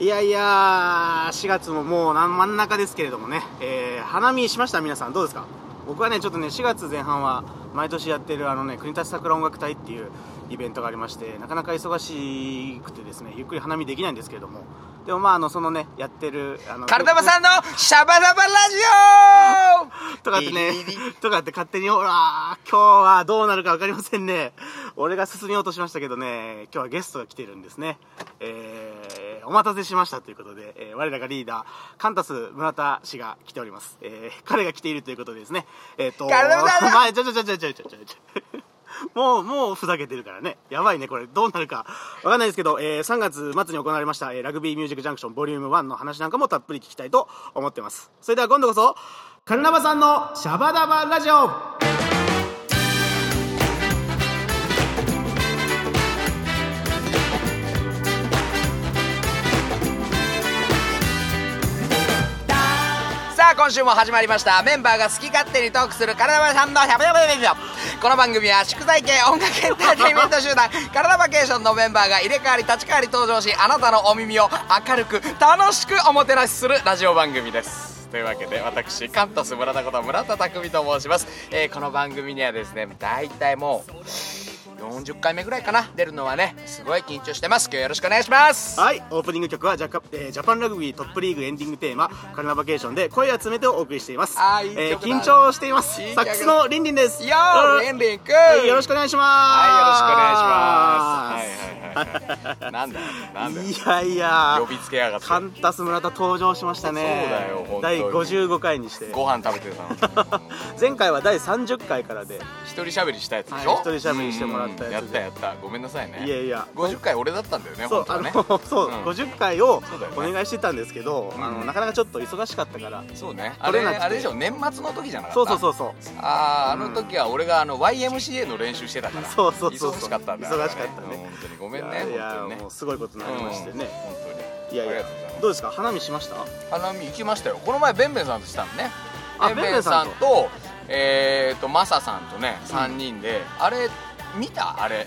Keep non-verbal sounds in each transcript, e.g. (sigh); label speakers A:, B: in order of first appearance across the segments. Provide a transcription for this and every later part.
A: いやいや、4月ももうな真ん中ですけれどもね、えー花見しました、皆さん、どうですか僕はね、ちょっとね、4月前半は、毎年やってる、あのね、国立桜音楽隊っていうイベントがありまして、なかなか忙しくてですね、ゆっくり花見できないんですけれども、でもまあ、あの、そのね、やってる、あの、
B: カルダマさんのシャバダバラジ
A: とかってね
B: ビリビリ、
A: とかって勝手に、ほら、今日はどうなるかわかりませんね。俺が進みようとしましたけどね、今日はゲストが来てるんですね。えー、お待たせしましたということで、えー我らがリーダー、カンタス村田氏が来ております。えー、彼が来ているということでですね、えっ、 (laughs) と、
B: カルダマさんだ
A: 前ちょちょちょちょちょちょちょちょ。 (laughs) もう、もうふざけてるからね。やばいね、これ。どうなるか。わかんないですけど、えー3月末に行われました、えーラグビーミュージックジャンクションボリューム1の話なんかもたっぷり聞きたいと思ってます。それでは今度こそ、カルナバさんのシャバダバラジオ
B: オさあ今週も始まりましたメンバーが好き勝手にトークするカルダマさんのシャバダバラジオこの番組は祝祭系音楽エンターテインメント集団カルダバケーションのメンバーが入れ替わり立ち替わり登場しあなたのお耳を明るく楽しくおもてなしするラジオ番組ですというわけで私カンタス村田こと村田匠と申します、えーこの番組にはですね大体もう40回目ぐらいかな出るのはねすごい緊張してます今日よろしくお願いします
A: はい、オープニング曲はジャカ、えージャパンラグビートップリーグエンディングテーマ、カルナバケーションで声を集めてお送りしています。
B: あーいい
A: えー
B: 曲だ
A: 緊張しています
B: いい。
A: サ
B: 曲
A: ックスのリンリンです。
B: よーレンリンくん
A: はい、よろしくお願いします。
B: はい、よろしくお願いします。はいはいはいはい。なんだよ、なんだよ。
A: いやいや
B: 呼びつけやがって。
A: カンタス村田登場しましたね
B: そうだよ本当に
A: 第55回にして
B: ご飯食べてたの。
A: 前回は第30回からで
B: 一人喋りしたやつでし
A: は
B: ょ
A: い一人喋りしてもらったやつで
B: うんやったやった。ごめんなさいね。
A: いやいや
B: 50回俺だったんだよね、
A: そ
B: 本
A: う
B: 当
A: あ
B: は
A: の
B: ね。
A: そう
B: うん
A: 50回を
B: そうだよ
A: お
B: ね
A: 願いしてたんですけど
B: うん
A: あのなかなかちょっと忙しかったから
B: そうね。あ
A: (laughs) 取れ
B: れ、
A: なくて
B: あれでしょ、年末の時じゃなかった。。
A: そうそうそううそう
B: ああ、あの時は俺があの YMCA の練習してたから。
A: そうそうそうそう
B: 忙しかったんだ。
A: 忙しかったね
B: うん本当にご
A: い
B: めんね、
A: やいや
B: 本当にね
A: もう。すごいことになりましてね
B: うん本当に。
A: いやい
B: あり
A: や
B: がとうございます
A: どうですか花見しました
B: 花見行きましたよこの前ベンベンさんとしたのね
A: あ
B: ベンベンさん
A: ベンベンさん
B: とえーとマサさんとね3人で、あれ見たあれ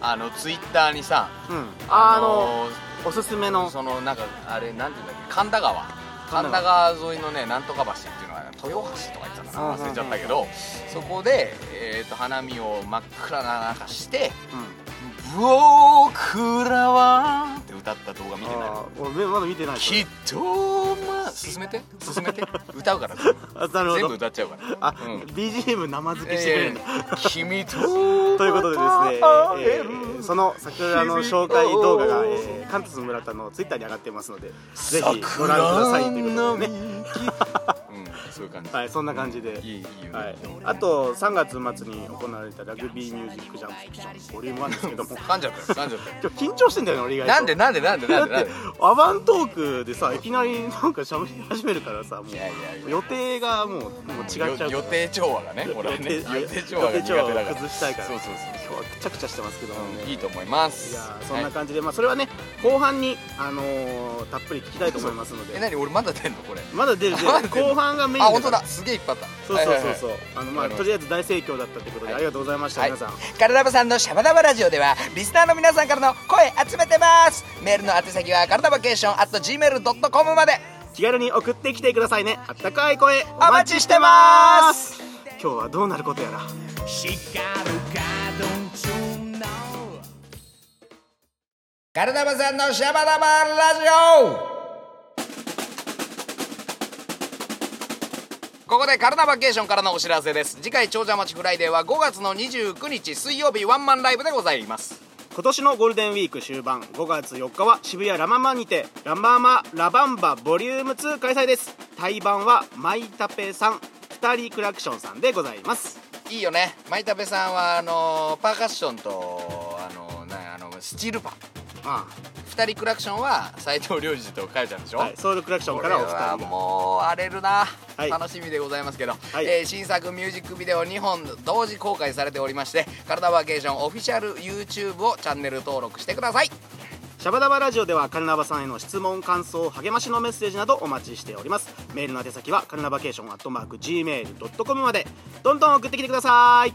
B: あのツイッターにさ
A: うんあの
B: ー
A: おすすめの
B: そのなんかあれなんていうんだっけ神田川神
A: 神
B: 田
A: 田
B: 川沿いのねなんとか橋っていうのは豊橋とか言ってたかな忘れちゃったけどそこで、えー、と花見を真っ暗な中して
A: うん
B: 「僕らは」って歌った動画見てない
A: あー俺まだ見てないそ
B: き
A: れ
B: っとまあ進めて進めて歌うから
A: あなるほど
B: 全部歌っちゃうから
A: あ
B: うん
A: BGM 生付けしてくれるんだ
B: えー君と
A: (laughs) ということでですね、
B: (laughs)
A: えーその桜の紹介動画が、えー、カンタス村田のツイッターに上がってますのでぜひご覧くださいということでね、
B: うんそういう感じ
A: はい、そんな感じで、
B: いいいいよね
A: はい、あと3月末に行われたラグビーミュージックジャンプションボリューム1ですけども
B: 噛んじゃったよ噛んじゃった
A: (laughs)
B: よ
A: 今日緊張してんだよね俺意外と
B: なんでなんでなんでな
A: だ
B: ん
A: っ
B: でなん
A: て
B: で
A: アバントークでさいきなりなんか喋り始めるからさも
B: いやいやいうや
A: 予定がもうもう違っちゃう
B: よ予定調和がね俺はね
A: 予定
B: 予定調和が
A: 予定
B: 苦手だから
A: 調和を崩したいから
B: そうそう
A: 今日はくちゃくちゃしてますけど
B: そう
A: もね、
B: うんいいと思います
A: いやーそんな
B: はい
A: 感じで、まあ、それはね後半に、あのーたっぷり聞きたいと思いますの
B: え
A: で
B: 何俺まだ出んのこれ
A: まだ出る出
B: まだ
A: る
B: 出る
A: 後半がメイン
B: あ
A: から
B: 本当だすげえいっぱいあった
A: そうそうそうそう、あのま
B: わ
A: あ
B: かりました
A: とりあえず大盛況だったということで、
B: はい
A: ありがとうございました、皆さん
B: カルダバさんのシャバダバラジオではリスナーの皆さんからの声集めてますメールの宛先はカルダバケーション at gmail.com まで
A: 気軽に送ってきてくださいねあったかい声お
B: お待ちしてます
A: す今日はどうなることやら
C: She got a guy, don't you know?
B: カルダバさんのシャバダバラジオここでカルダバケーションからのお知らせです次回長者町フライデーは5月の29日水曜日ワンマンライブでございます
A: 今年のゴールデンウィーク終盤5月4日は渋谷ラママにてラママラバンバボリューム2開催です対バンはマイタペさん二人クラクションさんでございます
B: いいよね舞田部さんはあのーパーカッションとあのーなあのスチールパン
A: あ
B: 二人クラクションは斎藤良二とかよちゃんでし
A: あ
B: ょ、
A: はい、ソウルクラクションからお二人が
B: これはもう荒れるな、
A: はい
B: 楽しみでございますけど、
A: はい
B: えー新作ミュージックビデオ2本同時公開されておりまして「カルダバーケーション」オフィシャル YouTube をチャンネル登録してください
A: シャバダバラジオではカルナバさんへの質問感想励ましのメッセージなどお待ちしておりますメールの宛先はカルナバケーションアットマーク Gmail.com までどんどん送ってきてください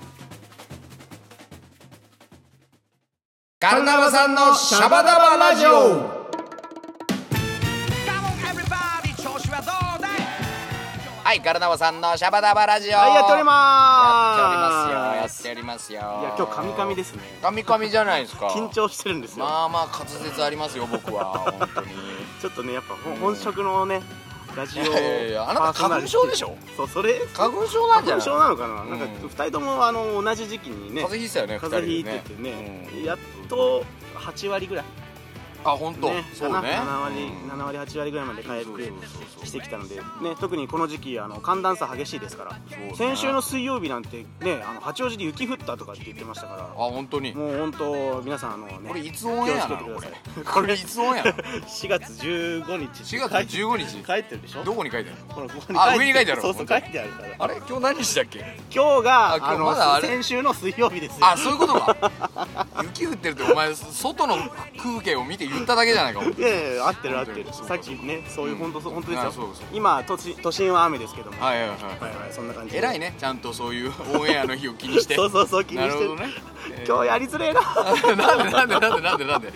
B: カルナバさんのシャバダバラジオはいガルナバさんのシャバダバラジオ
A: はいやっており
B: や
A: ま
B: っ
A: す
B: ておりますよや
A: いや
B: っております
A: 今
B: よ
A: 日カミカミですね
B: カミカミじゃないですか
A: 緊張してるんですよ、
B: まあまあ滑舌ありますよ僕は本
A: (laughs)
B: 当に
A: ちょっとねやっぱ本本職のねラジオ
B: いやいやいやあなた
A: パーソナリティ
B: 花粉症でしょ
A: そうそれ
B: 花粉症なん
A: 花
B: じゃない
A: 粉症なのかな、なんか
B: うん
A: 2人ともあの同じ時期にね
B: 風邪ひいてたよね
A: 風邪ひ
B: 二
A: い
B: 人
A: て
B: で
A: てね、やっと8割ぐらい、
B: あ本当、
A: ね、
B: そうね
A: 7割
B: うん
A: 7割8割ぐらいまで回
B: そう
A: 復
B: そうそう
A: してきたので、ね、特にこの時期あの寒暖差激しいですから
B: そうね
A: 先週の水曜日なんてねあの八王子で雪降ったとかって言ってました
B: あ
A: か
B: 本当に
A: らもう本当皆さんあのね
B: これいつオンエアなの
A: 気を
B: こ
A: つけ
B: れ
A: てください
B: これいつオンエア
A: (laughs)
B: なの
A: 4月15日
B: 4月15日
A: 帰ってるでしょ
B: どこに書いてあるの
A: ほらここ
B: あ上に書いてある
A: そうそう書いてあるから
B: あれ今日何日だっけ
A: 今日が
B: あ
A: あ
B: 今日
A: の、
B: まだあれ
A: 先週の水曜日ですよ
B: あそういうことか雪降ってるってお前外の風景を見て言っただけじゃないかお前
A: いやいや合ってる合ってる
B: そう
A: さっきねそういう本当そう本当です
B: あ
A: よ
B: そうそう
A: 今都心都心は雨ですけどもは
B: はいはいは
A: い
B: い
A: はいそんな感じ
B: 偉いねちゃんとそういうオンエアの日を気にして
A: そうそうそう気にして
B: なるほどね
A: 今日やりづれえな
B: なんでなんでなんでなんでなんで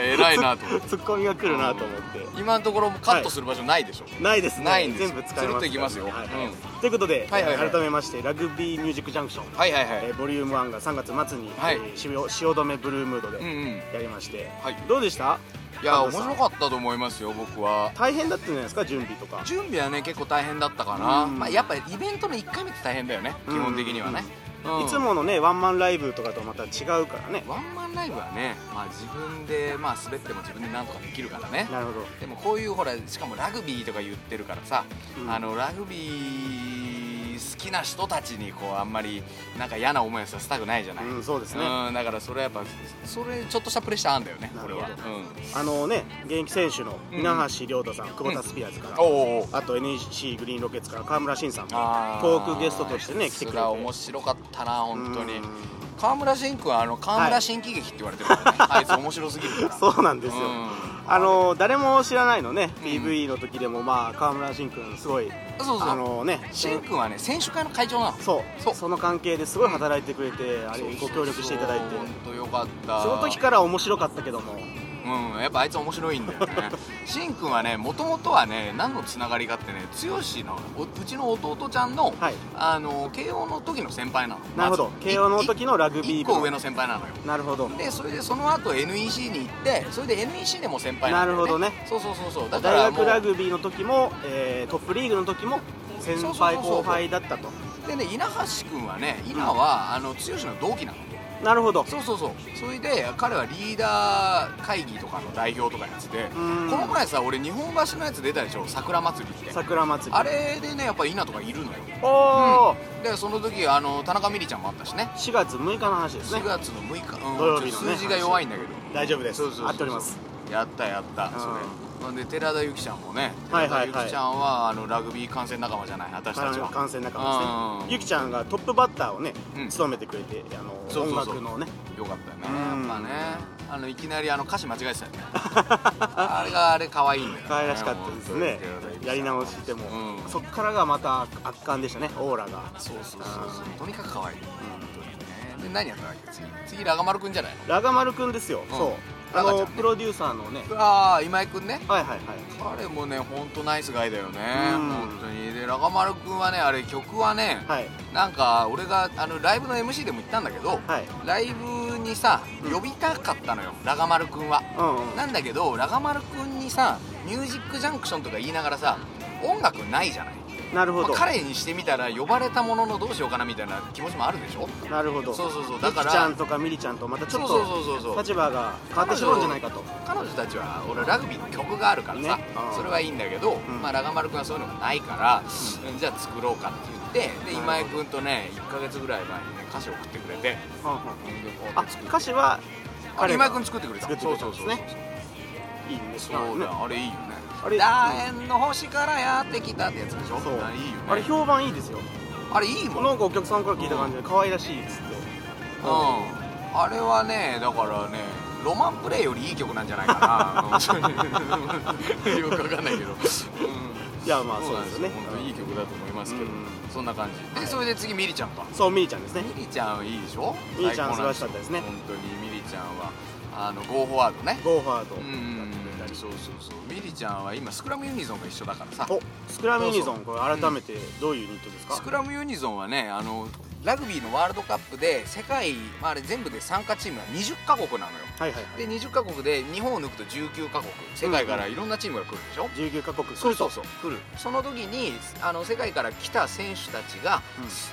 B: え偉いなと思って
A: ツッコミが来るなと思って
B: 今のところカットする場所ないでしょ、
A: ないですね
B: ないんですよ
A: 全部使いますから
B: つるっといきますよ
A: はいはい
B: うん
A: ということで
B: はいはいはい
A: 改めましてラグビーミュージックジャンクション
B: はい、はいはい
A: えーボリューム1が3月末に
B: はい
A: えー汐汐留ブルームードで
B: うんうん
A: やりまして
B: はい
A: どうでした
B: いや
A: 安
B: 面
A: 藤さん
B: 白かったと思いますよ僕は
A: 大変だったんじゃないですか準備とか
B: 準備はね結構大変だったかな、
A: うん
B: まあ、やっぱりイベントの1回目って大変だよね基本的にはね、うん
A: いつものねワンマンライブとかとまた違うからね
B: ワンマンライブはね、まあ、自分で、まあ、滑っても自分でなんとかできるからね
A: なるほど
B: でもこういうほらしかもラグビーとか言ってるからさ、
A: うん
B: あのラグビー好きな人たちにこうあんまりなんか嫌な思いをさせたくないじゃない、
A: うんそうですね
B: うんだからそれはやっぱそれちょっとしたプレッシャーあんだよね
A: な
B: こ
A: る
B: れ
A: ほど
B: は、うん、
A: あのね現役選手の
B: うん
A: 稲橋亮太さん、久保田スピアーズから、
B: おうおう
A: あと NEC グリーンロケッツから川村慎さん
B: あ
A: がトークゲストとしてね来てくれて
B: それは面白かったな本当に
A: うん
B: 川村新君はあの川村新喜劇って言われてるからね、あいつ面白すぎるから
A: そうなんですよ、
B: うん
A: あの誰も知らないのね、
B: うん
A: PV の時でもまあ川村慎君すごい
B: そうそう
A: あのね
B: 新君はね選手会の会長なの
A: そう
B: そう
A: その関係ですごい働いてくれて、あれご協力していただいて
B: 本当よかった
A: その時から面白かったけども
B: うんやっぱあいつ面白いんだよ
A: (laughs)
B: ねしんくんはねもともとはね何のつながりかってね剛のおうちの弟ちゃんの、
A: はい
B: あの慶応の時の先輩なの
A: なるほど
B: まず
A: 慶応の時のラグビー
B: 一個上の先輩なのよ
A: なるほど
B: でそれでその後 NEC に行ってそれで NEC でも先輩なんだ
A: な
B: よ、ね、
A: るほどね
B: そうそうそうそうだか
A: 大
B: らも
A: 学
B: う
A: ラグビーの時も、えートップリーグの時も先
B: そうそう
A: 輩
B: そうそう
A: 後輩だったと
B: でね稲橋君はね稲は、あの剛の同期なの
A: なるほど
B: そうそうそうそれで彼はリーダー会議とかの代表とかやっててこ
A: ん
B: の前さ俺日本橋のやつ出たでしょ桜祭りって
A: 桜祭り
B: あれでねやっぱり稲とかいるのよ
A: おお、
B: でその時あの田中みりちゃんもあったしね
A: 4月6日の話ですね
B: 4月の6日、うん、
A: 土曜日のね
B: ちょっと数字が弱いんだけど
A: 大丈夫です
B: そうそうそう
A: 合っております
B: やったやった
A: うん
B: それほんで寺田由紀ちゃんもね
A: はい
B: 寺
A: は
B: 田
A: いはい
B: 由紀ちゃんはあのラグビー観戦仲間じゃない私たちは
A: 感染仲間ですね
B: うん
A: ゆきちゃんがトップバッターをね、
B: うん
A: 務めてくれてあの
B: そうそうそ
A: 音
B: う
A: 楽のね
B: よかったよね
A: うん
B: やっぱねあのいきなりあの歌詞間違えて
A: (laughs)
B: たよねあれがあれ可愛いんだよね
A: 可愛らしかったですね
B: 本当に寺田由紀ち
A: や
B: ゃん
A: り直しても、
B: うん
A: そっからがまた圧巻でしたねオーラが
B: そうそうそうそうとにかく可愛い本当にねで何やったんだっけ次次ラガマルくんじゃないの
A: ラガマルくんですよ、
B: ん
A: そうあ
B: ラガちゃん
A: の、
B: ね
A: プロデューサーのね
B: ああ今井くんね
A: はいはいはい
B: 彼もね本当ナイスガイだよね
A: うん
B: 本当にでラガマルくんはねあれ曲はね
A: はい
B: なんか俺があのライブの MC でも言ったんだけど、
A: はい
B: ライブにさ
A: うん
B: 呼びたかったのよ、ラガマルくんは、
A: うんうん
B: なんだけどラガマルくんにさ「ミュージックジャンクション」とか言いながらさ音楽ないじゃない、
A: なるほ
B: まあ
A: ど、
B: 彼にしてみたら呼ばれたもののどうしようかなみたいな気持ちもあるでしょ
A: なるほど
B: そうそうそうだから
A: ゆきちゃんとかみりちゃんとまたちょっ
B: そうそうそうそう
A: と
B: そう
A: 立場が変わってしまうんじゃないかと
B: 彼女たちは俺ラグビーの曲があるからさ、
A: ねあー
B: それはいいんだけど、
A: ん
B: まあ、ラガマル君はそういうのがないから、じゃあ作ろうかって言ってで今井君とね1か月ぐらい前にね歌詞を送ってくれて
A: うんうんあ
B: あ
A: 歌詞は
B: あれ
A: が
B: 今井君作ってくれた
A: 作ってくれたんですね
B: そうそうそう
A: いいんです
B: そうそうだ、あれいいよね
A: あれ
B: 楕円の星からやってきたってやつでしょ
A: そう
B: あれいいよね
A: あれ評判いいですよ
B: あれいいもん
A: なんかお客さんから聞いた感じで可愛らしいっつって
B: うん、あれはねだからねロマンプレイよりいい曲なんじゃないかな本
A: (laughs)
B: 当によくわかんないけど、うん、
A: いやまあそうですよね
B: 本当にいい曲だと思いますけど、
A: うん
B: そんな感じでそれで次ミリちゃんか
A: そうみりちゃんですね
B: ミリちゃんいいでしょ
A: ミリちゃん
B: 最高なん
A: 素晴らしかったですね
B: 本当にミリちゃんはあのゴーフォワードね
A: ゴーファード
B: うん
D: そうそうそうミリちゃんは今スクラムユニゾンが一緒だからさ
A: おスクラムユニゾンこれ改めてどういうユニットですか
D: スクラムユニゾンはねあの
B: ラグビーのワールドカップで世界、まあ、あれ全部で参加チームは20カ国なのよ
A: はいはいはい
B: で20カ国で日本を抜くと19カ国世界からいろんなチームが来るでしょ、
A: 19カ国
B: そうそうそうう来るその時にあの世界から来た選手たちが、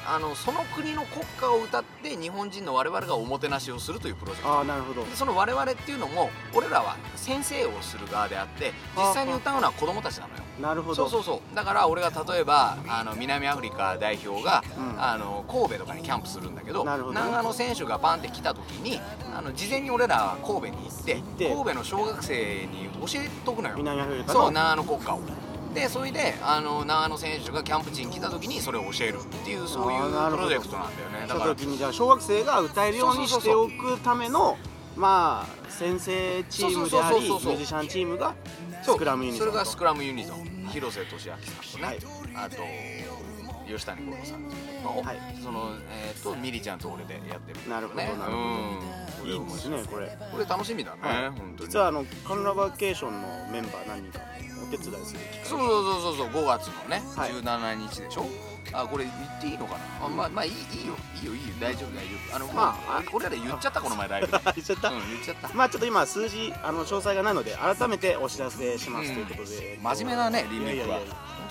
B: あのその国の国歌を歌って日本人の我々がおもてなしをするというプロジェク
A: ああなるほど
B: トでその我々っていうのも俺らは先生をする側であって実際に歌うのは子供たちなのよ
A: なるほ
B: そ
A: ど
B: うそうそうだから俺が例えばあの南アフリカ代表が、
A: うん
B: あの神戸とかにキャンプするんだけど
A: なるほど
B: 長野選手がバンって来た時にあの事前に俺らは神戸に行って
A: て
B: 神戸の小学生に教えとくのよ
A: 南アフリカの
B: そう長野国歌をでそれであの長野選手がキャンプ地に来た時にそれを教えるっていうそうい
A: あーな
B: う
A: るほど
B: プロジェクトなんだよ
A: 来
B: ねだ
A: た
B: から
A: 時にじゃあ小学生が歌えるようにしておくためのまあ先生チームでありミ
B: そうそうそうそうそう
A: ュージシャンチームが
B: そう
A: スクラムユニ
B: そ
A: ゾン
B: れが
A: と
B: スクラムユニゾン広瀬俊明さんとね、あと吉谷五郎さんの、
A: はい
B: そのえっ、とミリちゃんと俺でやってるんだ
A: な
B: よ
A: るほど
B: ね
A: なるほど
B: うん
A: いいですねこれ
B: これ楽しみだね、
D: はい
B: 本当に
A: 実はあのカンラバケーションのメンバー何人かお手伝いする機会
B: そうそうそうそう5月のね、
A: はい
B: 17日でしょあこれ言っていいのかなあまあまあいいいいよいいよいいよ大丈夫大丈夫あのまああ俺ら言っちゃったこの前ライブで
A: あ言っちゃった、
B: うん言っちゃった
A: まあちょっと今数字あの詳細がないので改めてお知らせしますということで、
B: (laughs) 真面目なねリ
A: いや
B: メ
A: い
B: イ
A: や
B: ク
A: い
B: は
A: や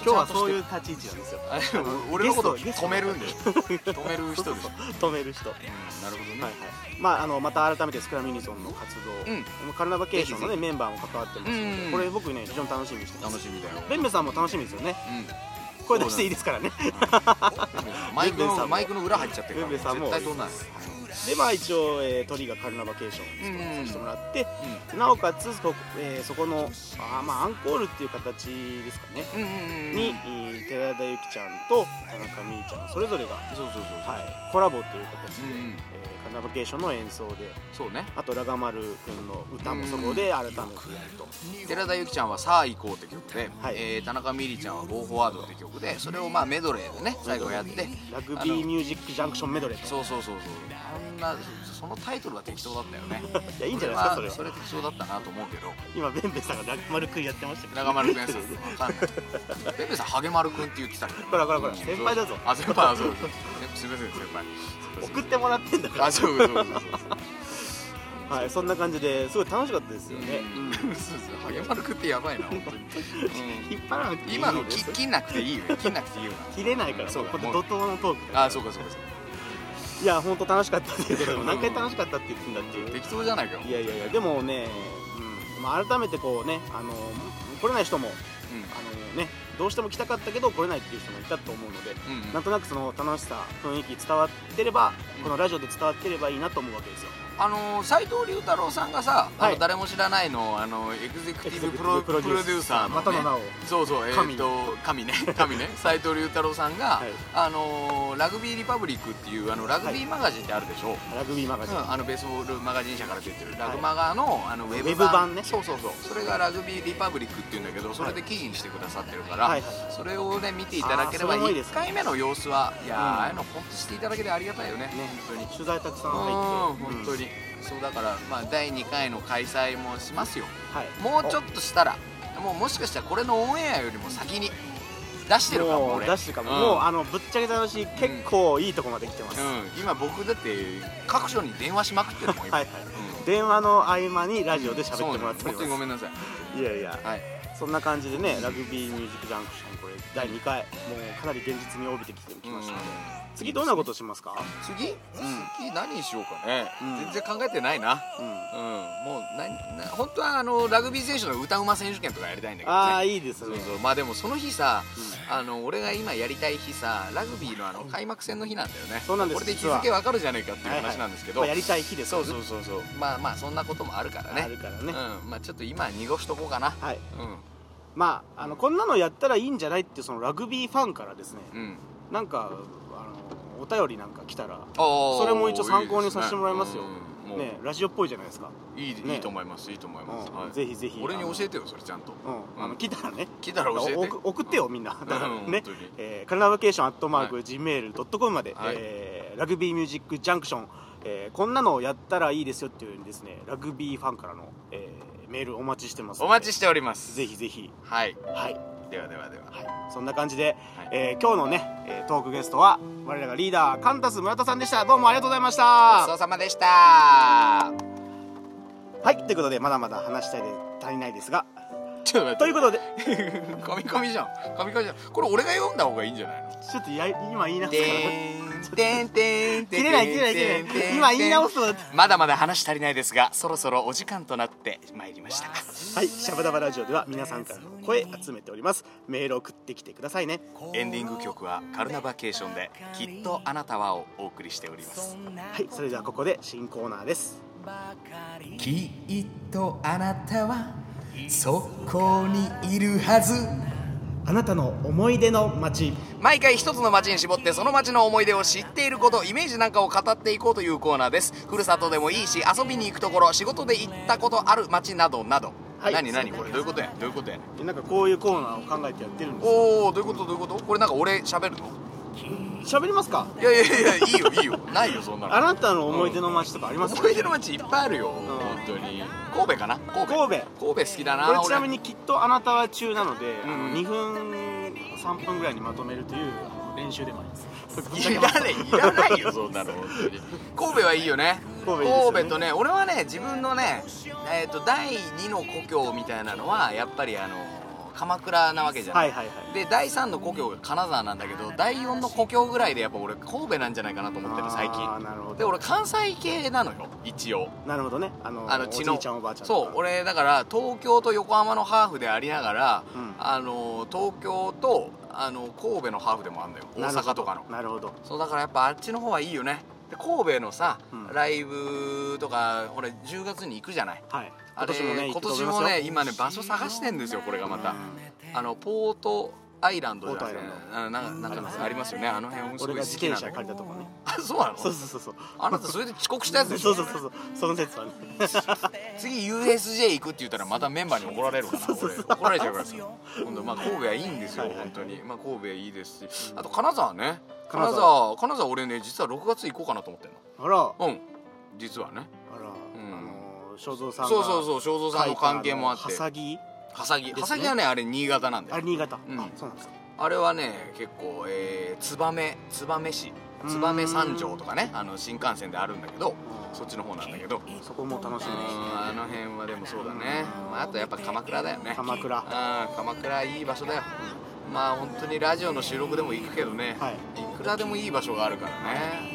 A: 今日はそういう立ち位置なんですよ
B: あでも俺のこと止め (laughs) るんで
A: ゲ
B: し
A: ス
B: ょ
A: ト
B: 止める人でしょ、うん、なる
A: 止める人はい
B: ほどね、
A: はいまああのまた改めてスクラムユニゾンの活動、カルナバケーションのねメンバーも関わってますので、
B: うん
A: これ僕ね非常に楽しみにしてます
B: 楽しみだよ
A: ベンベンさんも楽しみですよね
B: (laughs) うん
A: 声出していいですからね (laughs)
B: マイク
A: ベンベンさん
B: の
A: も
B: マイクの裏入っちゃってる
A: ベンベン
B: か
A: さ
B: ら
A: んも
B: 絶対取んない
A: でまあ一応、えー、トリがカルナバケーションをさせてもらって、なおかつこ、えーそこのあー、まあ、アンコールっていう形ですかね、
B: うんうんうん
A: に、えー寺田由紀ちゃんと田中美優ちゃんそれぞれが、
B: そうそうそうそう
A: はい、コラボという形で、
B: うんうん
A: えーカルナバケーションの演奏で
B: そうね
A: あとラガマル君の歌もそこで改めてやると、
B: 寺田由紀ちゃんは「さあ行こう」って曲で、
A: はい
B: えー田中みりちゃんは「ゴーフォワード」って曲でそれをまあメドレーでね最後やって
A: ラグビー
B: あの
A: ミュージックジャンクションメドレーと
B: そうそうそうそうあんなそのタイトルは適当だったよね
A: いやいいんじゃないですかそ
B: そ
A: れ
B: れはそれ適当だったなと思うけ (laughs) ど
A: 今ベンベンさんがラガマル君やってましたけど
B: 長丸くんさんわかんないペペさんハゲ丸くんって言ってたけど
A: こらこらこら先輩だぞ
B: あ先輩だそうですすいません先輩
A: 送ってもらってんだから
B: あそうそうそうそう
A: はい、そんな感じですごい楽しかったですよね。
B: うんそうそうハゲ丸くんってやばいな本当に、
A: 引っ張らなく
B: う
A: て
B: ん
A: いい
B: 今のき
A: です
B: 切んなくていいよ切んなくていいよ
A: 切れないから、
B: そうだ
A: これ
B: も
A: 怒
B: う
A: 涛のトークだ
B: あそうかそうかそうか
A: いや、本当楽しかったっていうことで
B: う
A: も、
B: ん
A: 何回楽しかったって言ってんだっていう。
B: 適当じゃないかよ、
A: いやいやいや、でもね、うん、まあ、改めてこうね、あの、来れない人も、
B: うん
A: あのね、どうしても来たかったけど、来れないっていう人もいたと思うので。
B: うん
A: なんとなくその楽しさ、雰囲気伝わってれば、
B: うん
A: このラジオで伝わってればいいなと思うわけですよ。
B: あの斎藤龍太郎さんがさ、あ
A: は
B: の
A: い
B: 誰も知らないのあのエグゼクティブプロ
A: エグゼクティブプロデ
B: プ
A: ュー
B: ロ
A: ス
B: デューサーの、ね、
A: またの名を
B: そうそうえ
A: 神
B: ー、と神ね (laughs) 神ね斎藤龍太郎さんが、
A: はい
B: あのラグビーリパブリックっていうあのラグビーマガジンってあるでしょ、
A: ラグビーマガジン。
B: うん、あのベースボールマガジン社から出てるラグマガの,、あのウェブ版
A: ウェブ版ね
B: そうそうそうそれがラグビーリパブリックっていうんだけどそれで記事にしてくださってるから、
A: はいはい
B: それをね見ていただければ
A: あーそれもいいで
B: 1
A: すね
B: 回目の様子はいやー、
A: うん
B: ああいうの本当していただけでありがたいよね
A: ね
B: 本当に、
A: 取材たくさん入
B: 本
A: って。
B: 当に、そうだから、まあ、第2回の開催もしますよ
A: うん。はい。
B: もうちょっとしたらもうもしかしたらこれのオンエアよりも先に出してるかも
A: もう
B: 俺
A: 出してるかも、
B: うん
A: もうあのぶっちゃけた話結構いいとこまで来てます、
B: うん、今僕だって各所に電話しまくってるもん今
A: はいはい、電話の合間にラジオで喋ってもらってお
B: そうなの本当
A: りま
B: にご
A: す、
B: めんなさい
A: いやいや
B: はい
A: そんな感じでねラグビーミュージックジャンクションこれ第2回もうかなり現実味を帯びてきてきましたので、次どんなことしますか、
B: 次、次何にしようかね、
A: うん
B: 全然考えてないな
A: うん、
B: うんもうなな本当はあのラグビー選手の歌うま選手権とかやりたいんだけどね
A: ああいいです
B: そう
A: ね
B: そうまあでもその日さ、あの俺が今やりたい日さラグビーのあの開幕戦の日なんだよね
A: そうなんです
B: これで日
A: 実は
B: 付わかるじゃないかっていう
A: はいはい
B: 話なんですけど、
A: まあやりたい日です
B: そうそうそうそうまあまあそんなこともあるからね
A: あるからね
B: うんまあちょっと今濁しとこうかな
A: はい
B: うん
A: まああのこんなのやったらいいんじゃないってそのラグビーファンからですね、
B: うん
A: なんかあのお便りなんか来たら
B: おー
A: それも一応参考に
B: ですね
A: させてもらいますよ
B: うんもう
A: ねラジオっぽいじゃないですか
B: いい
A: ね
B: いいと思いますいいと思います、
A: うん
B: はい
A: ぜひぜひ
B: 俺に教えてよそれちゃんと
A: うん、あの
B: うん
A: 聞いたらね
B: 聞いたら教えて
A: おく送ってよみんなだから
B: うん
A: ね
B: 本当に
A: えーカルナバケーションアットマーク
B: は
A: Gmail.com まで、
B: はい
A: えーラグビーミュージックジャンクション、えーこんなのをやったらいいですよっていうですねラグビーファンからの、えーメールお待ちしてます
B: お待ち
A: し
B: しております
A: ぜひぜひ
B: はい
A: はい、
B: ではではでは
A: はい、そんな感じで、
B: はい
A: えー今日のね、えートークゲストは我らがリーダーカンタス村田さんでしたどうもありがとうございま
E: ごち
A: した
E: そうさまでした
A: はい、ということで、まだまだ話したいで足りないですが。
B: ちょっ
A: と
B: と
A: いう
B: 待
A: ことで、
B: ってカミカミじゃんカミカミじゃんこれ俺が読んだ方がいいんじゃないの
A: ちょっとや今言い直すから。
E: てんてんてんてんてんてんてん
A: 切れない切れない切れない。今言い直すと。は
B: まだまだ話し足りないですがそろそろお時間となってまいりました
A: い、シャバダバラジオでは皆さんからの声集めております。メール送ってきてくださいね。
B: エンディング曲は「カルナバケーション」で「きっとあなたは」をお送りしております
A: はい、それではここで新コーナーです。
E: きっとあなたはそこにいるはず
A: あなたの思い出の街。
E: 毎回一つの街に絞ってその街の思い出を知っていることイメージなんかを語っていこうというコーナーですふるさとでもいいし遊びに行くところ仕事で行ったことある街などなど
A: はい
B: 何何これどういうことやどういうことや
A: なんかこういうコーナーを考えてやってるんで
B: おおどういうことどういうことこれなんか俺喋るの
A: す。喋りますか。
B: いやいやいやいいよいいよないよそんなの
A: あなたの思い出の街とかありますか。
B: 思い出の街いっぱいあるよ、本当に神戸かな神戸
A: 神
B: 神戸好きだな
A: これちなみ
B: 俺
A: にきっとあなたは中なので、あ
B: う
A: の
B: ん
A: 2分3分ぐらいにまとめるというあの練習でもあります。
B: いらないいらな
A: (laughs)
B: いよそんなの本当に神戸はいいよね
A: 神戸いいですよね
B: 神戸とね俺はね自分のねえっ、と第二の故郷みたいなのはやっぱりあの鎌倉なわけじゃ
A: (laughs)
B: な、
A: はいいはいはい。
B: で第3の故郷が金沢なんだけど第4の故郷ぐらいでやっぱ俺神戸なんじゃないかなと思ってる最
A: あ
B: 近
A: ーなるほど
B: で俺関西系なのよ一応
A: なるほどねあの
B: あの
A: おじ
B: 血
A: い
B: の
A: ちゃんおばあちゃんと
B: そ
A: か
B: う俺だから東京と横浜のハーフでありながら、
A: うん
B: あの東京とあの神戸のハーフでもあるのよ大
A: なるほど
B: 阪とかの
A: なるほど
B: そうだからやっぱあっちの方はいいよねで神戸のさ、
A: うん
B: ライブとかほら10月に行くじゃない
A: はい
B: あ
A: 今
B: れ
A: 年もね
B: 今
A: 行くと思
B: 年
A: いま
B: も
A: すよ
B: ね今ね場所探してんですよこれがまた、あのポートアイランドじゃなくて
A: ポート
B: うんなんかなんかありますよねあの辺す
A: 俺
B: ごい
A: が
B: 好
A: 自
B: き
A: 転
B: なんだ
A: 車
B: けど
A: 借りたとこね
B: あそうなの
A: そうそうそうそう
B: あなたそれで遅刻したやつでし
A: そう
B: ょ
A: そうそうそうその説はね
B: 次 USJ 行くって言ったらまたメンバーに怒られるから俺怒られちゃうからさ今度まあ神戸はいいんですよ
A: はいはい
B: 本当にまあ神戸いいですしあと金沢ね
A: 金
B: 金
A: 沢
B: 沢金沢俺ね実は6月行こうかなと思ってん
A: あらあ
B: のうん実はね
A: ら、
B: ん
A: あの正蔵さんが
B: そうそうそう正蔵さんの関係もあっ
A: は
B: て
A: さぎ
B: はさ
A: で
B: ぎ
A: すね
B: はさぎはねあれ新潟なんだ
A: あ
B: よ
A: れ新潟、
B: うん
A: あそうなんですか
B: あれはね結構えー燕燕市燕三条とかねあの新幹線であるんだけどそっちの方なんだけど
A: そこも楽し
B: う
A: みですね
B: んあの辺はでもそうだね、まあ、あとやっぱ鎌倉だよね
A: 鎌倉
B: うん鎌倉いい場所だよまあ本当にラジオの収録でも行くけどね、
A: はい
B: い、くらでもいい場所があるからね本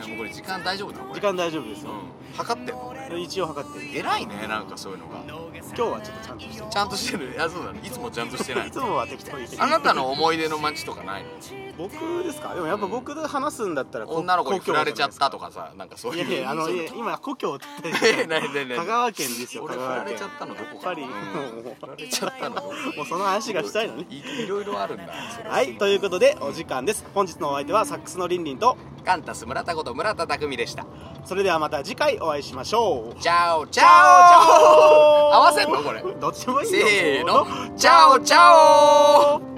B: 当にねもうこれ時間大丈夫だこれ
A: 時間大丈夫ですよ、
B: うん測ってんのこれ
A: 一応測って
B: 偉いねなんかそういうのが
A: 今日はちょっとちゃんとして
B: ちゃんとしてるいやそうだねいつもちゃんとして (laughs) な
A: (laughs)
B: い
A: いつもは適当にして
B: あなたの思い出の街とかないの
A: 僕ですかでもやっぱ僕が話すんだったらこ
B: 女の子に
A: 故郷
B: 振
A: じゃ
B: ら
A: な
B: れ
A: い
B: ちゃ
A: で
B: っ
A: す
B: たとかさなんかそ
A: い
B: うい
A: や
B: う
A: いやあの
B: (laughs) そういう
A: いや今故郷って
B: (laughs)
A: 言っ
B: え何何
A: て
B: 何
A: 香川県ですよ
B: 俺
A: 香
B: 振
A: 川
B: られ
A: 県
B: ちゃったのどこ
A: や
B: か
A: っぱり
B: うん
A: も
B: 振られちゃったのどこ
A: うもうその話がしたいのね
B: いいろいろあるんだそれ
A: はいということでお時間です本日のお相手はサックスのりんりんと
B: カンタス村田こと村田匠でした
A: それではまた次回お会いしましょう
B: チャオチャオ
A: 合
B: 合わせんのこれ
A: どっちもいいよ
B: せーのチャオチャオ